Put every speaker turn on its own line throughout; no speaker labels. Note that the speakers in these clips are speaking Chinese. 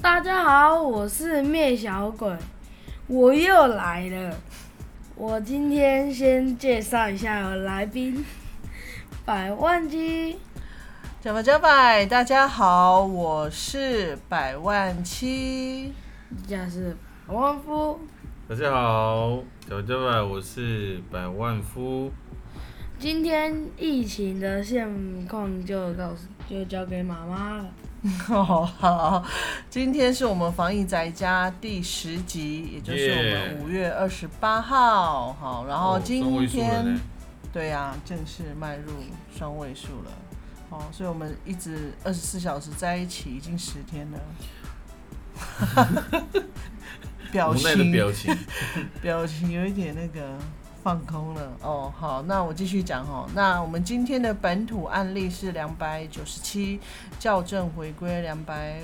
大家好，我是灭小鬼，我又来了。我今天先介绍一下我来宾，百万鸡。
加百加百，大家好，我是百万七。
家是百万夫。
大家好，小家百，我是百万夫。
今天疫情的现况就告诉，就交给妈妈了。
哦，好，今天是我们防疫宅家第十集，也就是我们
Yeah
五月二十八号。好，然后
哦双
今
位数了
天、
呢
对呀、正式迈入双位数了。哦，所以我们一直二十四小时在一起，已经十天 了。 表
无奈
情
的表情，
表情有一点那个放空了哦。好，那我继续讲哦。那我们今天的本土案例是两百九十七，校正回归两百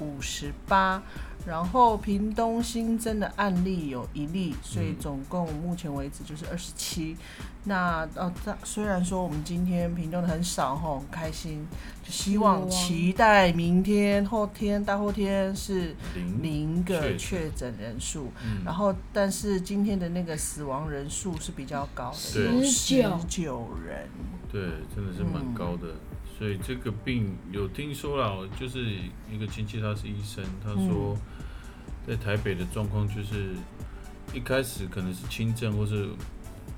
五十八。然后屏东新增的案例有一例，所以总共目前为止就是二十七。那呃，当虽然说我们今天屏东的很少吼，很开心，就希望
希望
期待明天、后天、大后天是
零，
零个
确诊
确诊人数。
嗯
然后，但是今天的那个死亡人数是比较高的，
对
有
19
九人。
对，真的是蛮高的。
嗯
所以这个病有听说了，就是一个亲戚他是医生，他说
嗯
在台北的状况就是一开始可能是轻症或是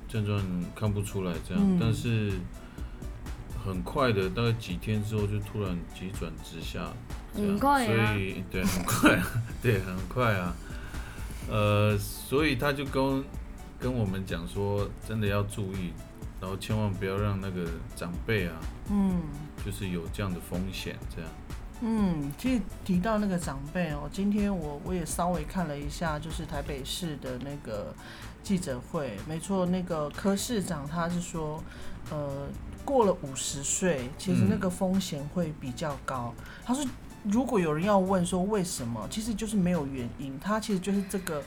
症状看不出来这样，
嗯
但是很快的，大概几天之后就突然急转直下，这样
很快啊
所，以对，很快啊， 对，很快啊。呃，所以他就跟跟我们讲说，真的要注意，然后千万不要让那个长辈啊，
嗯
就是有这样的风险，这样。
嗯，其实提到那个长辈哦，今天我我也稍微看了一下，就是台北市的那个记者会，没错，那个柯市长他是说，呃，过了五十岁，其实那个风险会比较高。他说，如果有人要问说为什么，其实就是没有原因，它其实就是这个，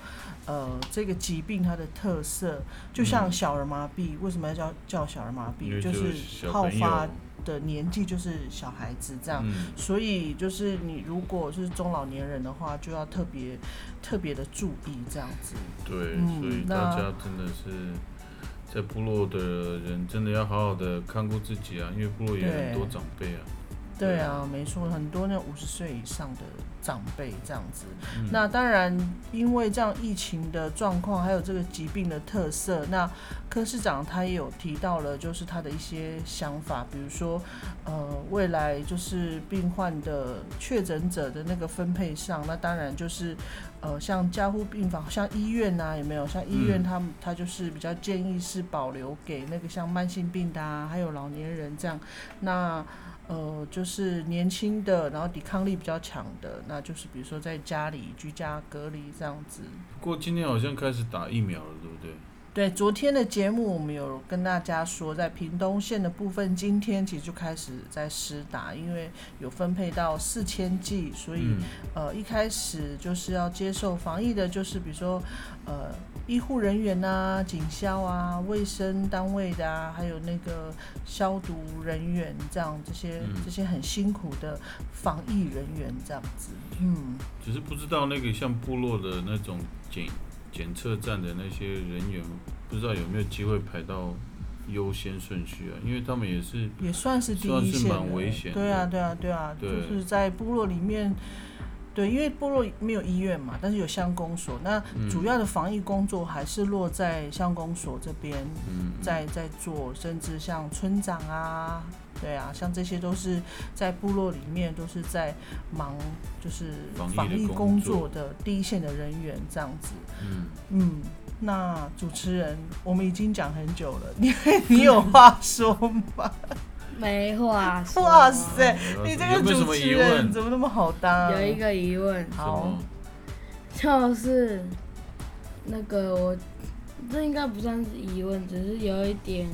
呃，这个疾病它的特色，就像
嗯
小儿麻痹，为什么要叫叫小儿麻
因为
痹？就是
嗯小
好
朋友，
发的年纪就是小孩子这样。
嗯，
所以就是你如果是中老年人的话，就要特别特别的注意这样子。
对，
嗯
所以
那
大家真的是在部落的人真的要好好的看顾自己啊，因为部落也很多
对
长辈啊。
对
对
啊，没错，很多那五十岁以上的长辈这样子。
嗯
那当然，因为这样疫情的状况，还有这个疾病的特色，那柯市长他也有提到了，就是他的一些想法，比如说，呃，未来就是病患的确诊者的那个分配上，那当然就是，呃，像加护病房、像医院呐、有没有？像医院
嗯
他们、他就是比较建议是保留给那个像慢性病的啊，还有老年人这样，那。呃，就是年轻的，然后抵抗力比较强的，那就是比如说在家里居家隔离这样子。
不过今天好像开始打疫苗了，对不对？
对，昨天的节目我们有跟大家说，在屏东县的部分，今天其实就开始在施打，因为有分配到四千剂，所以、
嗯，
呃，一开始就是要接受防疫的，就是比如说，呃，医护人员啊、警消啊、卫生单位的啊，还有那个消毒人员这样，这些、
嗯
这些很辛苦的防疫人员这样子。嗯，
只是不知道那个像部落的那种检检测站的那些人员，不知道有没有机会排到优先顺序啊？因为他们也是
也算是第
算
一
是
线
蛮
的
危险
对啊，
的
对啊，对啊，
对
就是在部落里面。对，因为部落没有医院嘛，但是有乡公所，那
嗯
主要的防疫工作还是落在乡公所这边。
嗯
在在做，甚至像村长啊，对啊，像这些都是在部落里面都是在忙，就是
防疫的
防疫工
工作
作的第一线的人员这样子。
嗯，
嗯，那主持人，我们已经讲很久了，你 你有话说吗？
没话说。啊
哇塞，
嗯
你这
有
个
没有什
主
么
持
疑
人
问？
怎么那么好搭？
有一个疑问，
什
好
么，
就是那个我，这应该不算是疑问，只是有一点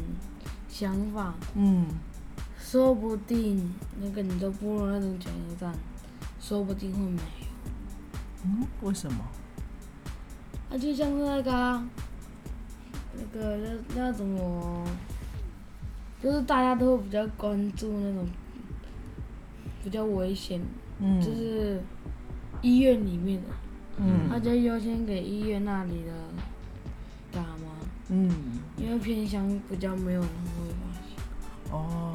想法。
嗯，
说不定那个你都不如那种检测站，说不定会没有。
嗯，为什么？
那、就像是那个啊、那个那那怎么，就是大家都会比较关注那种比较危险，
嗯，
就是医院里面的，
嗯
他就优先给医院那里的打吗？
嗯，
因为偏乡比较没有人会发现。
哦，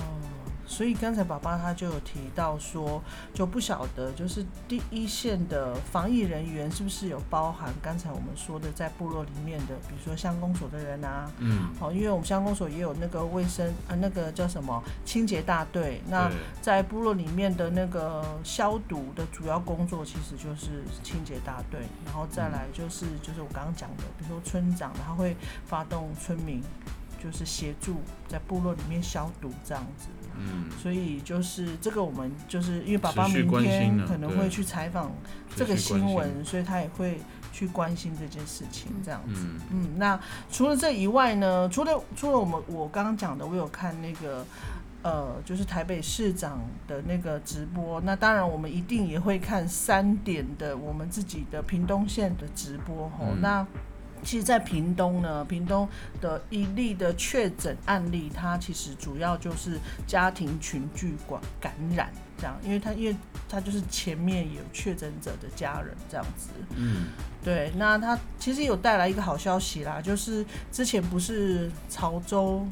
所以刚才爸爸他就有提到说，就不晓得就是第一线的防疫人员是不是有包含刚才我们说的在部落里面的，比如说乡公所的人啊。
嗯，
哦，因为我们乡公所也有那个卫生啊，那个叫什么清洁大队，那
对
在部落里面的那个消毒的主要工作，其实就是清洁大队，然后
嗯
再来就是、就是我刚刚讲的，比如说村长，他会发动村民，就是协助在部落里面消毒这样子。
嗯，
所以就是这个，我们就是因为爸爸
持续
明
关
天
心啊
可能
对
会去采访这个
持续关
新
心
闻，所以他也会去关心这件事情这样子。
嗯
嗯，那除了这以外呢？除了除了我们我刚刚讲的，我有看那个呃，就是台北市长的那个直播。那当然，我们一定也会看三点的我们自己的屏东县的直播吼。
嗯
那其实，在屏东呢，屏东的一例的确诊案例，它其实主要就是家庭群聚感感染这样，因为它因为它就是前面有确诊者的家人这样子。
嗯，
对，那他其实有带来一个好消息啦，就是之前不是潮州，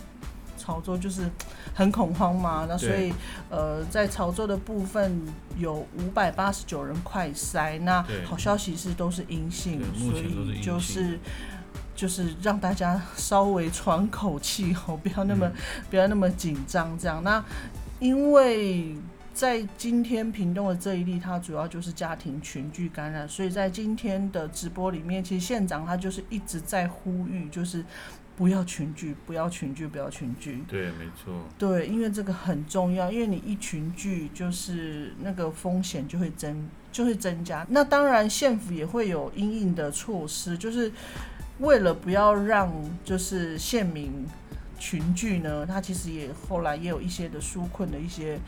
潮州就是很恐慌嘛，那所以呃，在潮州的部分有五百八十九人快筛，那
对
好消息是都是阴性
对，目
所
前都是
以
阴
就
性
是。就是让大家稍微喘口气哦，不要那么、
嗯
不要那么紧张这样。那因为在今天屏东的这一例，它主要就是家庭群聚感染，所以在今天的直播里面，其实县长他就是一直在呼吁，就是不要群聚，不要群聚，不要群聚。
对，没错，
对，因为这个很重要，因为你一群聚，就是那个风险就会增，就会增加。那当然，县府也会有应应的措施，就是为了不要让就是县民群聚呢，它其实也后来也有一些的纾困的一些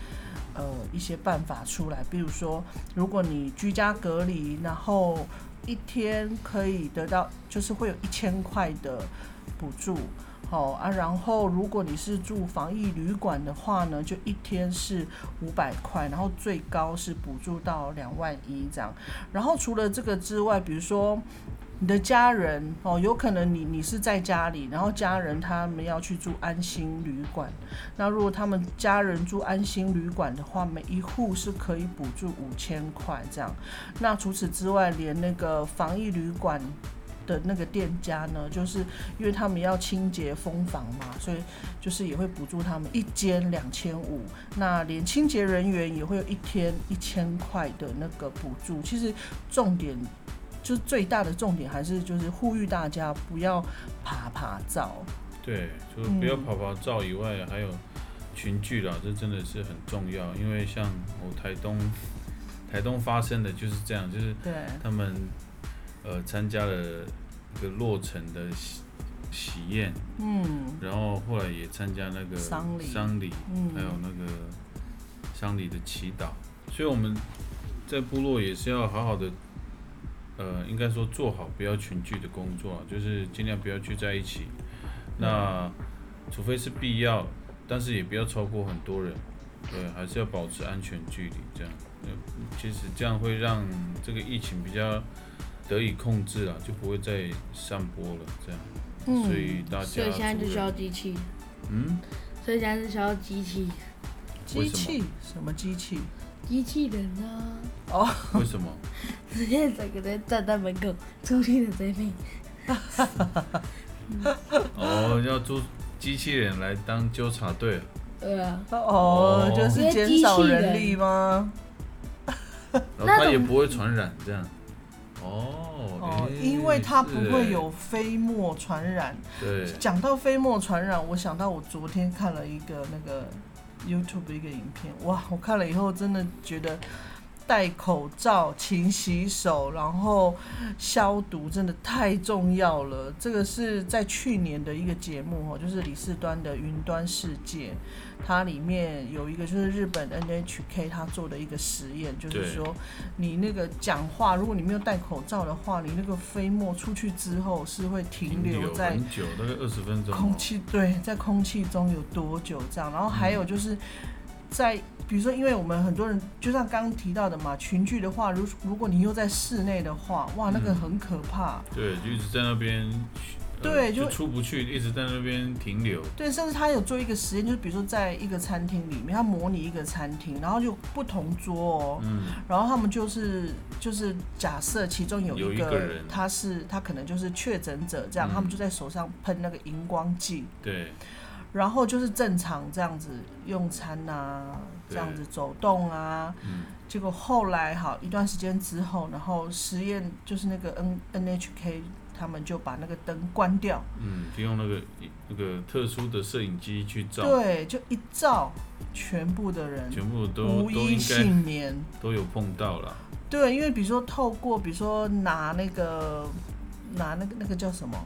呃一些办法出来，比如说，如果你居家隔离，然后一天可以得到就是会有一千块的补助。好、啊，然后如果你是住防疫旅馆的哦话呢，就一天是五百块，然后最高是补助到两万一这样。然后除了这个之外，比如说你的家人哦，有可能你你是在家里，然后家人他们要去住安心旅馆，那如果他们家人住安心旅馆的话，每一户是可以补助五千块这样。那除此之外，连那个防疫旅馆的那个店家呢，就是因为他们要清洁封房嘛，所以就是也会补助他们一间两千五。那连清洁人员也会有一天一千块的那个补助。其实重点。就是最大的重点还是就是呼吁大家不要爬爬照，
对，除了不
嗯
要跑跑照以外，还有群聚啦，这真的是很重要，因为像我台东， 台东发生的就是这样，就是
对，
他们呃参加了一个落成的喜喜宴，
嗯
然后后来也参加那个
丧礼
丧礼
嗯，
还有那个丧礼的祈祷，所以我们在部落也是要好好的，呃，应该说做好不要群聚的工作啊，就是尽量不要聚在一起。那除非是必要，但是也不要超过很多人，对，还是要保持安全距离，这样，呃，其实这样会让这个疫情比较得以控制了，就不会再散播了，这样。
嗯
所以大家
所以现在
除
就
了
需要机器，
嗯，
所以现在就需要机器，
机器什么机器？
机器人啊，
为什么？
直接整个人站在门口，出去的贼命。
哦，要租机器人来当纠察队啊，
对啊，
哦
哦，
就是减少人力吗？
然后
那
它
种
也不会传染这样。哦，
哦，
诶
因为它不
是
会
诶
有飞沫传染。
对，
讲到飞沫传染，我想到我昨天看了一个那个 YouTube 的一个影片，哇，我看了以后真的觉得戴口罩、勤洗手，然后消毒真的太重要了。这个是在去年的一个节目哦，就是李四端的《云端世界》，它里面有一个就是日本 NHK 他做的一个实验，就是
对
说你那个讲话，如果你没有戴口罩的话，你那个飞沫出去之后是会停留在
很久，大概二十分钟哦。
空气对，在空气中有多久这样，然后还有就是。在比如说，因为我们很多人就像刚刚提到的嘛，群聚的话，如如果你又在室内的话，哇，那个
嗯
很可怕。
对，就一直在那边，呃
对就
就出不去，一直在那边停留。
对，甚至他有做一个实验，就是比如说在一个餐厅里面，他模拟一个餐厅，然后就不同桌哦，
嗯，
然后他们就是就是假设其中有
有
一
一
个
个人
他是他可能就是确诊者这样，
嗯
他们就在手上喷那个荧光剂，
对，
然后就是正常这样子用餐啊，这
对
样子走动啊。
嗯
结果后来好一段时间之后，然后实验就是那个 N NHK 他们就把那个灯关掉，
嗯，就用那个那个特殊的摄影机去照，
对，就一照全部的人
全部都
无
都
一
应该
幸免。
都有碰到啦。
对，因为比如说透过，比如说拿那个拿那个那个叫什么，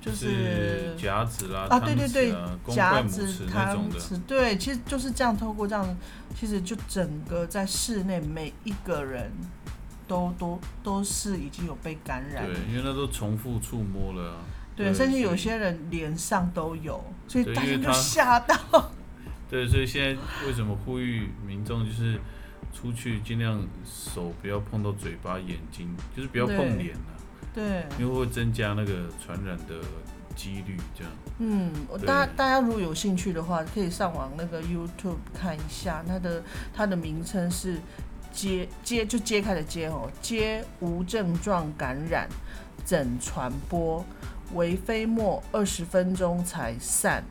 就
就是
是
夹子啦、
啊对对
汤匙
对
啊公
夹
筷母
子
匙、那
汤
种的，
匙，对，其实就是这样，透过这样，其实就整个在室内每一个人都都都是已经有被感染
对，，因为那都重复触摸了啊、
对，
对
甚至
所以
有些人脸上都有，所以
对
大
因
家
为
就
他
吓到，
对，所以现在为什么呼吁民众就是出去尽量手不要碰到嘴巴、眼睛，就是不要碰
对
脸了、
对，
因为会增加那个传染的几率。这样，
嗯，我
对
大大家如果有兴趣的话，可以上网那个 YouTube 看一下，它的它的名称是揭揭就揭开的揭哦，揭无症状感染怎传播，为飞沫二十分钟才散。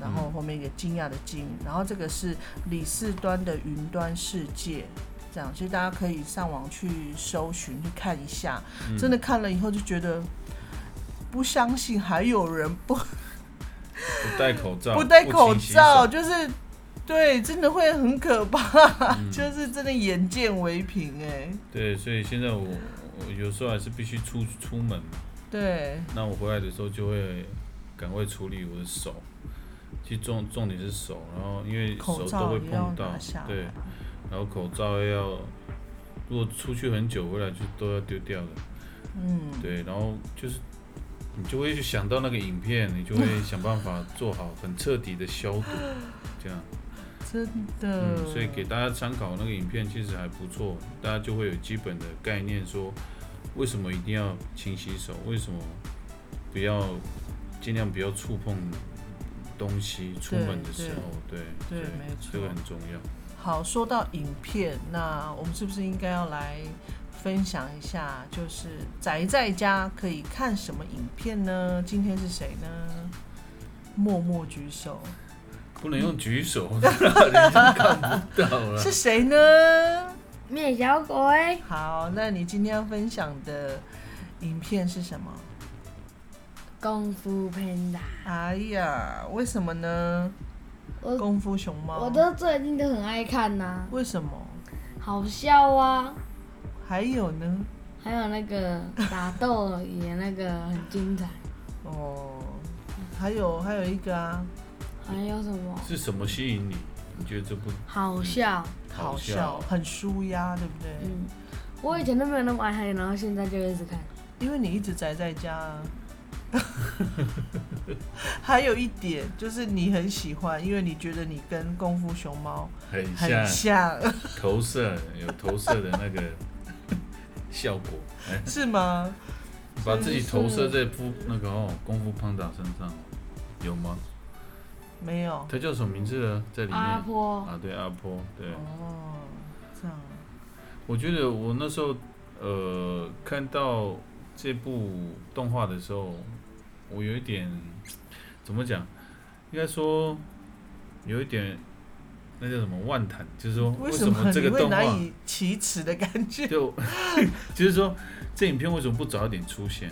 然后后面一个惊讶的惊，然后这个是李四端的云端世界，这样，所以大家可以上网去搜寻去看一下，
嗯
真的看了以后就觉得不相信还有人不
不戴口罩，
不戴口
啊勤洗
罩，
手，
就是对，真的会很可怕，
嗯
就是真的眼见为凭哎、
对，所以现在我我有时候还是必须出出门嘛。
对，
那我回来的时候就会赶快处理我的手，其实重重点是手，然后因为
口
手都
罩
会
也要
碰到
拿下，来
对，然后口罩要，如果出去很久回来就都要丢掉了，
嗯，
对，然后就是你就会去想到那个影片，你就会想办法做好很彻底的消毒，这样，
真的、
嗯，所以给大家参考那个影片其实还不错，大家就会有基本的概念说为什么一定要勤洗手，为什么不要尽量不要触碰东西，出门的时候，对
对
所以
没错
这个很重要。
好，说到影片，那我们是不是应该要来分享一下，就是宅在家可以看什么影片呢？今天是谁呢？默默举手，
不能用举手， 人家看不到啊了
是。谁呢？
面小鬼，
好，那你今天要分享的影片是什么？
功夫 panda，
哎呀，为什么呢？
我
功夫熊猫，
我都最近都很爱看呐、
为什么？
好笑啊，
还有呢？
还有那个打斗也那个很精彩，
哦，还有还有一个啊，
还有什么
是什么吸引你？你觉得这部
好笑？
好
笑？
笑，很舒压，对不对？
嗯，我以前都没有那么爱看，然后现在就一直看。
因为你一直宅在家、啊。 还有一点就是你很喜欢，因为你觉得你跟功夫熊猫
很像
很像，
投射，有投射的那个效果。哎，
是吗？
把自己投射在夫那个哦功夫胖达身上，有吗？
没有。
他叫什么名字呢？在里面
阿波，
啊，对阿波，对。
哦，这样。
我觉得我那时候呃看到这部动画的时候，我有一点怎么讲？应该说有一点那叫什么万谈，就是说
为什
什
么
么这
你
个
会
动画
难以启齿的感觉？
就 就是说这影片为什么不早一点出现？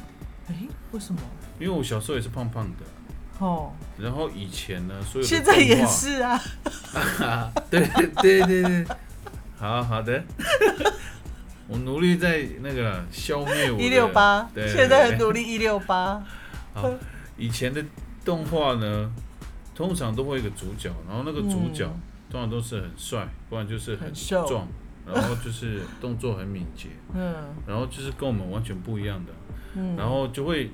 哎、为什么？
因为我小时候也是胖胖的，
哦，
然后以前呢，所有的
现在也
动画
是啊。
啊， 对对对对，好好的，我努力在那个消灭我的
一六八，
对
现在很努力一六八。
以前的动画呢，通常都会有一个主角，然后那个主角、
嗯
通常都是很帅，不然就是
很瘦
壮，然后就是动作很敏捷，
嗯
然后就是跟我们完全不一样的，
嗯，
然后就会。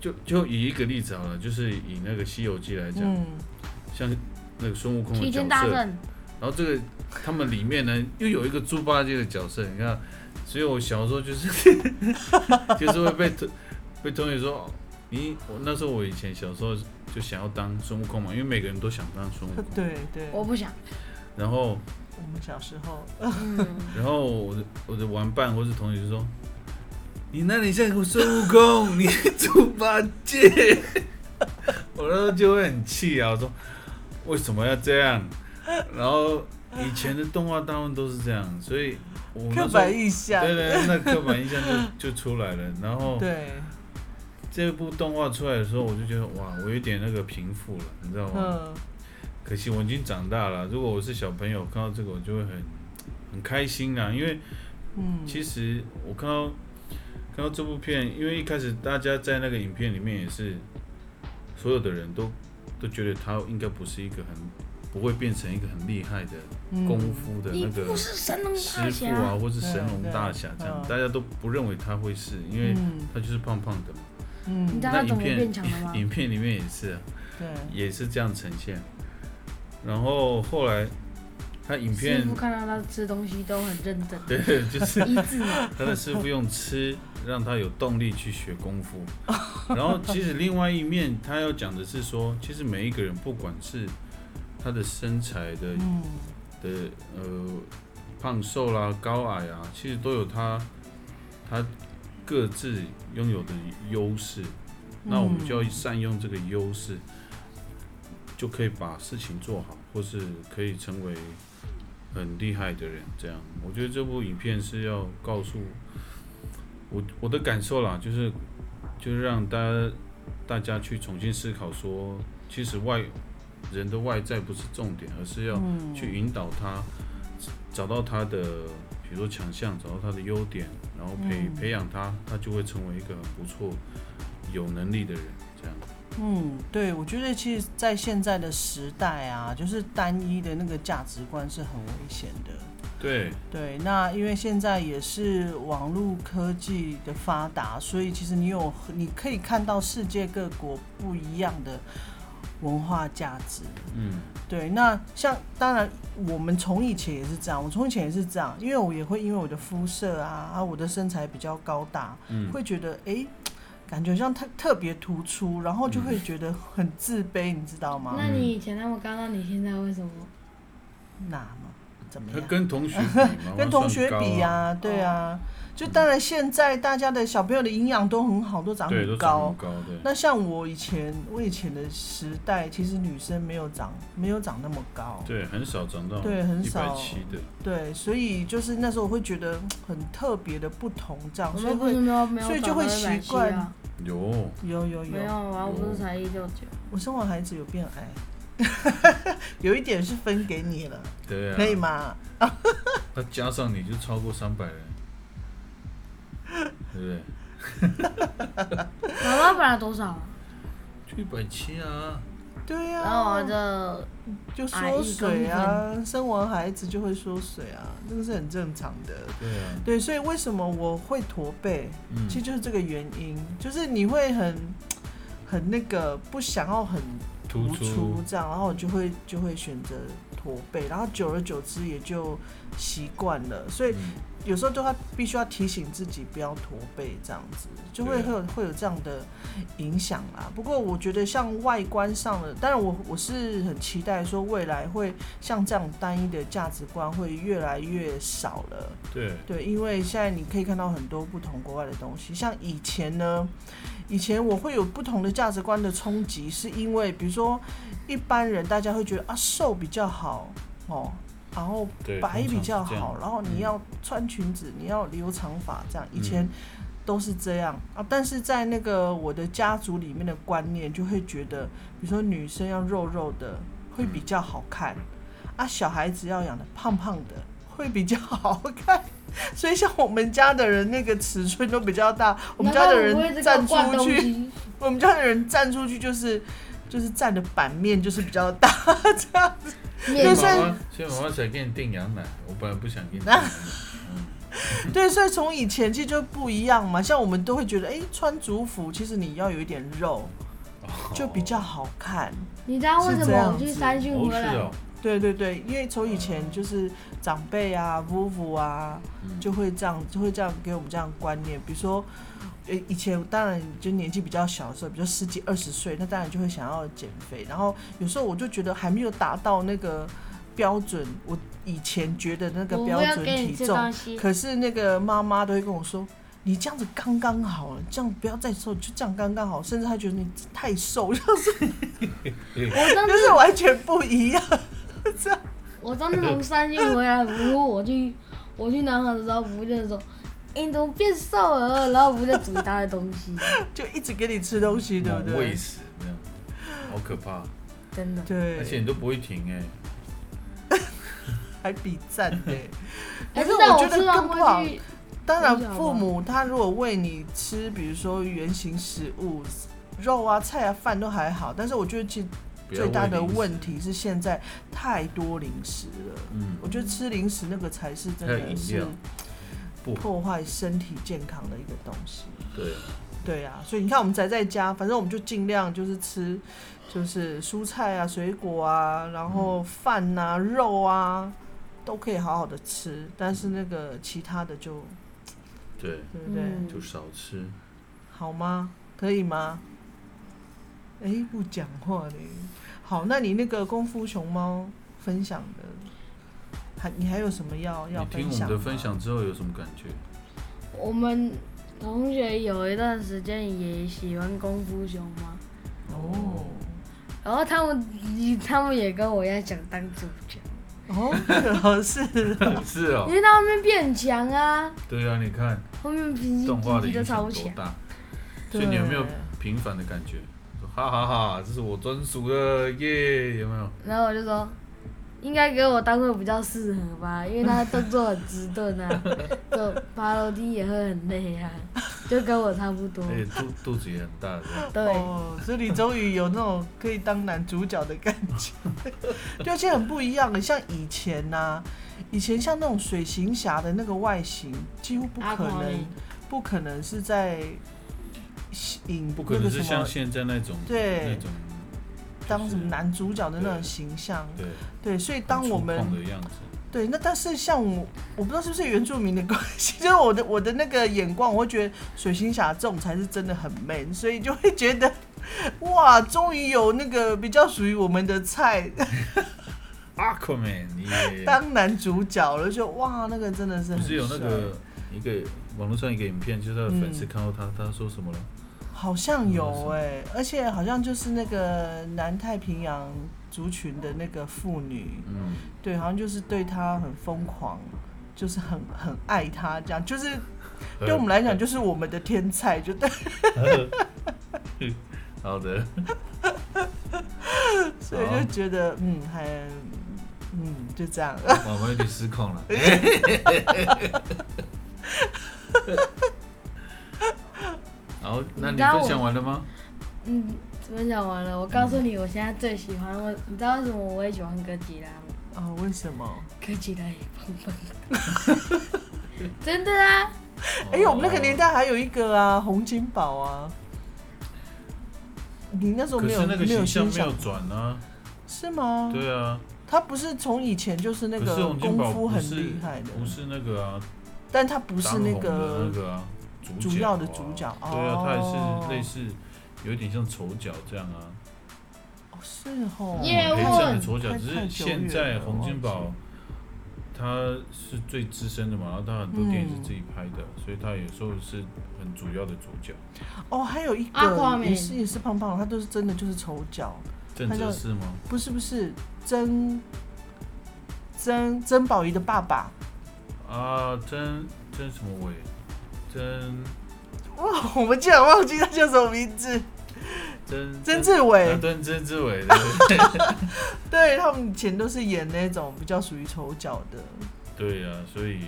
就就以一个例子好了，就是以那个《西游记》来讲，
嗯
像那个孙悟空的
齐天
角
大
色，
圣，
然后这个他们里面呢又有一个猪八戒的角色，你看，所以我小时候就是 就是会被同被同学说，哦你我那时候我以前小时候就想要当孙悟空嘛，因为每个人都想当孙悟空，
对对，
哦
我 不想，嗯
然后
我们小时候呃
然后我的我的玩伴或是同学就说，你那里像孙悟空，你猪八戒， 我那时候就会很气啊，我说为什么要这样？然后以前的动画大部分都是这样，所以我
刻
那时候哦
板印象，
对对，那刻板印象 就就出来了。然后
对，
这部动画出来的时候，我就觉得哇，我有点那个平复了，你知道吗？
嗯，
可惜我已经长大了，如果我是小朋友看到这个，我就会很很开心啊啦，因为。
嗯，
其实我看到看到这部片，因为一开始大家在那个影片里面也是，所有的人都都觉得他应该不是一个很不会变成一个很厉害的
嗯
功夫的
你
那
不
个
是神龙大
师傅啊
侠，，
或是神龙
对
大侠这样
嗯，
大家都不认为他会是，因为
嗯
他就是胖胖的嘛。
你
嗯
知，道
那
他怎
影
么
片
变强的吗？
影片里面也是啊，
对，
也是这样呈现。然后后来他影
师
片
傅看到他吃东西都很认真，
对，就是
一字马，
他的师傅用吃让他有动力去学功夫。然后其实另外一面，他要讲的是说，其实每一个人不管是他的身材的
嗯，
的呃胖瘦啦、高矮啊，其实都有他他各自拥有的优势。那我们就要善用这个优势，就可以把事情做好，或是可以成为很厉害的人。这样，我觉得这部影片是要告诉我我的感受啦，就是就是让大家大家去重新思考说，其实外人的外在不是重点，而是要
嗯
去引导他找到他的。比如说强项，找到他的优点，然后培、培养他，他就会成为一个很不错有能力的人，这样。
嗯，对，我觉得其实，在现在的时代啊，就是单一的那个价值观是很危险的。
对，
对，那因为现在也是网络科技的发达，所以其实你有你可以看到世界各国不一样的文化价值。
嗯，
对，那像当然，我们从以前也是这样，我从以前也是这样，因为我也会因为我的肤色啊，啊，我的身材比较高大，
嗯
会觉得诶，感觉像特特别突出，然后就会觉得很自卑，你知道吗？
那你以前那么高，那你现在为什么？
那嘛，怎么
他
样？，
跟同学比 嘛
跟同学比
呀、
啊，对
哦
啊，就当然现在大家的小朋友的营养都很好，都长
对，都
很
长很
高。
高的。
那像我以前，我以前的时代，其实女生没有长，没有长那么高。
对，很少长到
对很
一
少
百七的，
对，所以就是那时候我会觉得嗯很特别的不同，这样，
我
哦所以
们不
会
是没有没有
所以就
搞
会
到
习
170啊
惯
有
有有
没有
有，
啊，我不是才一六九，
我生完孩子有变矮， 有一点是分给你了，
对啊，
可以？吗？
那加上你就超过三百 人，对不对？
嗯
妈妈本来多少啊？
就一百七啊，
对呀、
然后
哦
我就
就
矮
缩
一
水
公
啊，生完孩子就会缩水啊，这个是很正常的。
对啊，
对，所以为什么我会驼背，
嗯
其实就是这个原因，就是你会很很那个不想要很
突
突
出
出这样，然后我就会就会选择驼背，然后久而久之也就习惯了，所以
嗯
有时候都要必须要提醒自己不要驼背这样子，就会会
对啊
有会有这样的影响啦。不过我觉得像外观上的，当然我我是很期待说未来会像这样单一的价值观会越来越少了。
对，
对，因为现在你可以看到很多不同国外的东西，像以前呢，以前我会有不同的价值观的冲击，是因为比如说一般人大家会觉得啊瘦比较好哦，然后
对
白
通常
比较
是这样
好，然后你要穿裙子，你要留长发，这样以前
嗯
都是这样啊。但是在那个我的家族里面的观念，就会觉得，比如说女生要肉肉的会
嗯
比较好看，啊，小孩子要养的胖胖的会比较好看。 所以像我们家的人那个尺寸都比较大，我们家的
难怪我会这
人
个
站
灌
出
东
去，
西
我们家的人站出去就是就是站的版面就是比较大，这样
面包
对所以
妈妈，所以妈妈才给你订羊奶，我本来不想给你订羊奶，
对，所以从以前其实就不一样嘛，像我们都会觉得，哎、穿族服其实你要有一点肉，
哦
就比较好看。
你知道为什
是这
么
样
我去
子
三训
哦
回
是
来？
哦，
对对对，因为从以前就是长辈啊、姑姑啊，就会这样，就会这样给我们这样观念。比如说，呃，以前当然就年纪比较小的时候，比如十几、二十岁，那当然就会想要减肥。然后有时候我就觉得还没有达到那个标准，我以前觉得那个
我
标
不要
准
给你
体
吃
重，
东西。
可是那个妈妈都会跟我说，你这样子刚刚好了，这样不要再瘦，就这样刚刚好。甚至她觉得你太瘦， 就是
我真
就是
的，
完全不一样。
我真的从三训回来，如果我去我去南韩的时候，不就说，哎、你怎么变瘦了？然后不就煮一大堆东西，
就一直给你吃东西，对不
猛
对
喂？食这样，好可怕，
真的。
对，
而且你都不会停哎、
还比赞呢、
可
可
是
是
在
我觉得
吃完
更不好
回去，
当然，父母他如果喂你吃，比如说原型食物、肉啊、菜啊、饭都还好，但是我觉得其
不要
最大的
喂零食
问题是现在太多零食了。
嗯，
我觉得吃零食那个才是真
还有
的
饮
是
料不
破坏身体健康的一个东西。
对，
对啊，所以你看我们宅在家，反正我们就尽量就是吃，就是蔬菜啊、水果啊，然后饭啊、肉啊，都可以好好的吃。但是那个其他的就，
对，
对不对？
嗯
就少吃。
好吗？可以吗？哎、不讲话嘞。好，那你那个功夫熊猫分享的，还你还有什么要要
你听
分
我
享？
们的分，享之后有什么感觉？
我们同学有一段时间也喜欢功夫熊猫，
哦
然后他们他们也跟我一样想当主角，
哦，是
是哦
因，为他们变强啊，
对啊，你看
后面脾气
动画的
脾气都
影
超
响多
强。
大，所
对
以你有没有平凡的感觉？说哈哈哈，这是我专属的耶，有没有？
然后我就说，应该给我当做比较适合吧，因为他动作很迟钝 啊，就爬楼梯也会很累啊，就跟我差不多。
而且肚肚子也很大，这样
对，
哦，所以你终于有那种可以当男主角的感觉，对，而且很不一样的。像以前呐、以前像那种水行侠的那个外形，几乎不
阿
可
狂欸
能
嘞，
不可能是在影
不可
那
能
个
是
什
像
么
现在那种
对
那种
当什么男主角的那种形象，
对，
对，所以当我
很粗犷
们
的样子，
对那但是像我，我不知道是不是原住民的关系， 就是我的我的那个眼光，我会觉得水行侠这种才是真的很 man，所以就会觉得哇，终于有那个比较属于我们的菜
Aquaman 耶，
当男主角了，就哇，那个真的是
不
很
是有那个一个网络上一个影片，就是他的粉丝
嗯
看到他，他说什么了？
帅好像有哎、而且好像就是那个南太平洋族群的那个妇女，
嗯，
对，好像就是对他很疯狂，就是很很爱他这样，就是
呃
对我们来讲就是我们的天菜，就对，
呃 好的，
所以
啊
就觉得嗯，还嗯就这样，
哇我们有点失控了。好，那
你
你
知道
分
我
享完了吗？
嗯，分享完了。我告诉你，我现在最喜欢我，你知道为什么我会喜欢哥吉拉吗？
哦，为什么？
哥吉拉也棒棒 的，真的啊！
哎、我们
哦
那个年代还有一个啊，洪金宝啊，你那时候
可
没有
是那个
没有
形象
欣
没有
赏
转啊，
是吗？
对啊，
他不是从以前就是那
可是
个
洪金
功
宝
夫
不
很
是
厉害的，
不是那个啊，
但他不是
当
那
红的
个
那个啊，主
主
角
要的
啊
主角
对啊，他
哦
也是类似，有点像丑角这样啊，
哦
嗯
是哦，
叶
陪
问
衬的丑角，
太
只
太久
是现
远
在
了
洪金
忘
宝
记
他是最资深的嘛，然后他很多电影是自己
嗯
拍的，所以他有时候是很主要的主角。
哦，还有一个
Aquaman
也是也是胖胖的，他都是真的就是丑角，
郑
他
则
就
仕吗？
不是不是曾曾曾宝仪的爸爸，
啊，曾曾什么伟？曾
哇， 我们竟然忘记他叫什么名字，
曾
曾志伟
啊，，对，曾志伟，对
对他们以前都是演那种比较属于丑角的，
对呀、啊，所以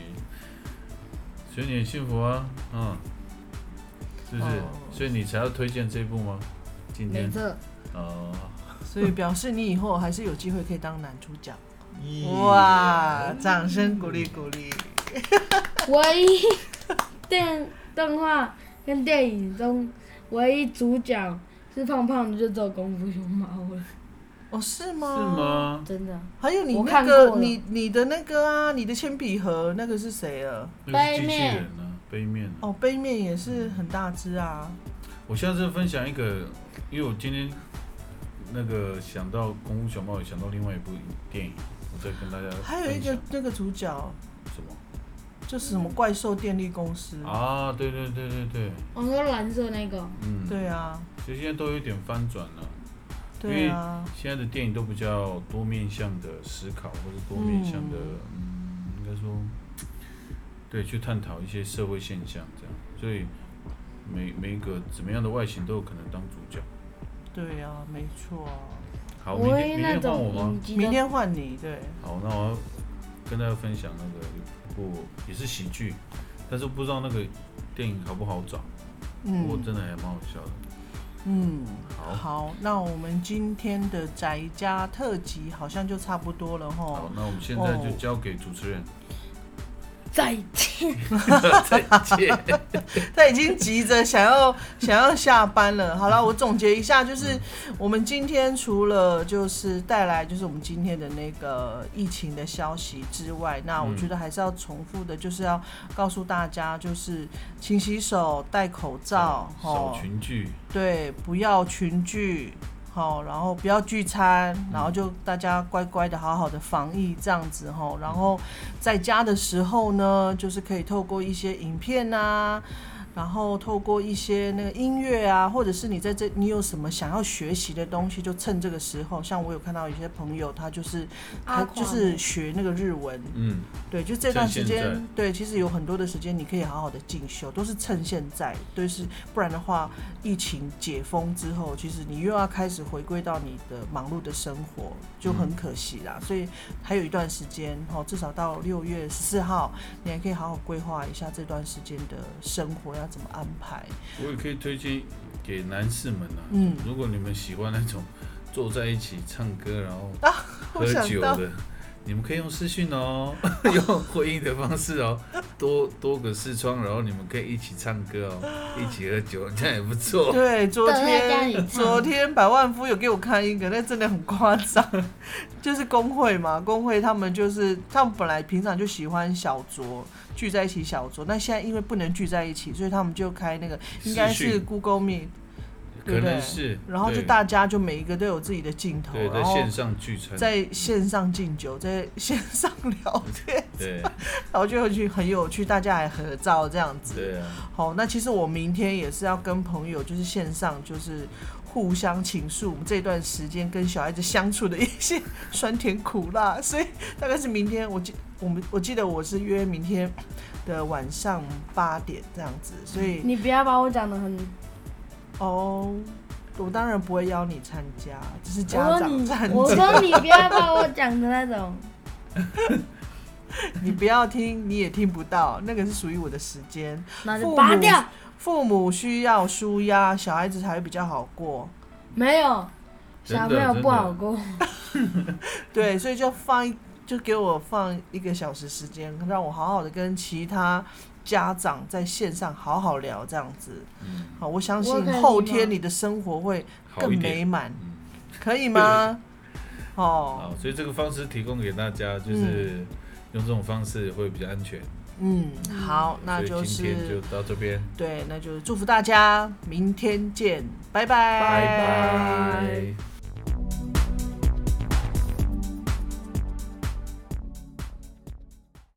所以你很幸福啊，嗯，是不是？
哦
所以你才要推荐这部吗？今
没
天
错，
哦，
所以表示你以后还是有机会可以当男主 角，
咦
哇，掌声鼓励鼓励。
唯一电动画跟电影中唯一主角是胖胖的就只有功夫熊猫了，
哦，是
是
吗？？
吗？
真的。
还有你
我
那
看
个
过了
你你的那个啊，你的铅笔盒那个是谁了？
那是机器人啊，杯面、啊。
哦，杯面也是很大只啊。
我下次分享一个，因为我今天那个想到《功夫熊猫》，也想到另外一部电影，我再跟大家
还呃有一个
分
那个主角
享什么
就是什么怪兽电力公司。
啊？对对对对对，
我说蓝色那个，
嗯，
对啊，
其实现在都有点翻转了、
对啊，
现在的电影都比较多面向的思考，或者多面向的，嗯应该说，对，去探讨一些社会现象这样。所以每每一个怎么样的外形都有可能当主角。
对啊，没错啊。
好，明
我
天
会
明
那
天换我
种嗯
吗
影？集
明
的，
天换你，对，
好，那我要跟大家分享那个一部也是喜剧，但是不知道那个电影好不好找，不过
嗯
真的还蛮好笑的。
嗯，
好
好，那我们今天的宅家特辑好像就差不多了
好
吼。，
那我们现在就
哦
交给主持人，
再见。
再见。
他已经急着想要 想要下班了。好了，我总结一下，就是
嗯
我们今天除了就是带来就是我们今天的那个疫情的消息之外，那
嗯
我觉得还是要重复的，就是要告诉大家，就是勤洗手、戴口罩，
少
吼
群聚，
对，不要群聚，好，然后不要聚餐，然后就大家乖乖的、好好的防疫这样子吼，然后在家的时候呢，就是可以透过一些影片啊。然后透过一些那个音乐啊，或者是你在这你有什么想要学习的东西，就趁这个时候。像我有看到有些朋友，他就是他
欸
就是学那个日文，
嗯，
对，就这段时
趁现
间，对，其实有很多的时间你可以好好的进修，都是趁现在，对，是不然的话，疫情解封之后，其实你又要开始回归到你的忙碌的生活，就很
嗯
可惜啦。所以还有一段时间，哦，至少到六月十四号，你还可以好好规划一下这段时间的生活要怎么安排。
我也可以推荐给男士们啊，
嗯
如果你们喜欢那种坐在一起唱歌然后喝
啊我想
酒
到，
的，你们可以用视讯哦， 用回应的方式哦，多多个视窗，然后你们可以一起唱歌哦，一起喝酒，这样也不 错。
对，昨
都在家里唱
天昨天百万夫有给我看一个，那真的很夸张，就是工会嘛，工会他们就是他们本来平常就喜欢小酌，聚在一起小酌，那现在因为不能聚在一起，所以他们就开那个应该
视
是
讯
Google Meet，对
可
不对
能是，
然后就
对
大家就每一个都有自己的镜头，
对，在
然后
线上聚餐，
在线上敬酒，在线上聊天，
对
然后就会去很有趣，大家还合照这样子。
对啊，
好，那其实我明天也是要跟朋友，就是线上，就是互相倾诉我们这段时间跟小孩子相处的一些酸甜苦辣，所以大概是明天我记我们我记得我是约明天的晚上八点这样子，所以
你不要把我讲的很，
哦，我当然不会邀你参加，只是
我
家
说
长
你
参，
我
加，
说你不要把我讲的那种。
你不要听，你也听不到，那个是属于我的时间。
那就
父
拔
母
掉。
父母需要舒压，小孩子才会比较好过。
没有，
真
小
的
朋友不好过。
嗯
对，所以就放一，就给我放一个小时时间，让我好好的跟其他家长在线上好好聊这样子。
嗯，
好，我相
我可以
信
吗
后天你的生活会
好一
更
点
美。满，
嗯
可以吗？哦，
好，所以这个方式提供给大家，就是用这种方式会比较安全。
嗯，好，那
所
就
以今天
是
就到这边。
对，那就是祝福大家，明天见，拜拜，
拜拜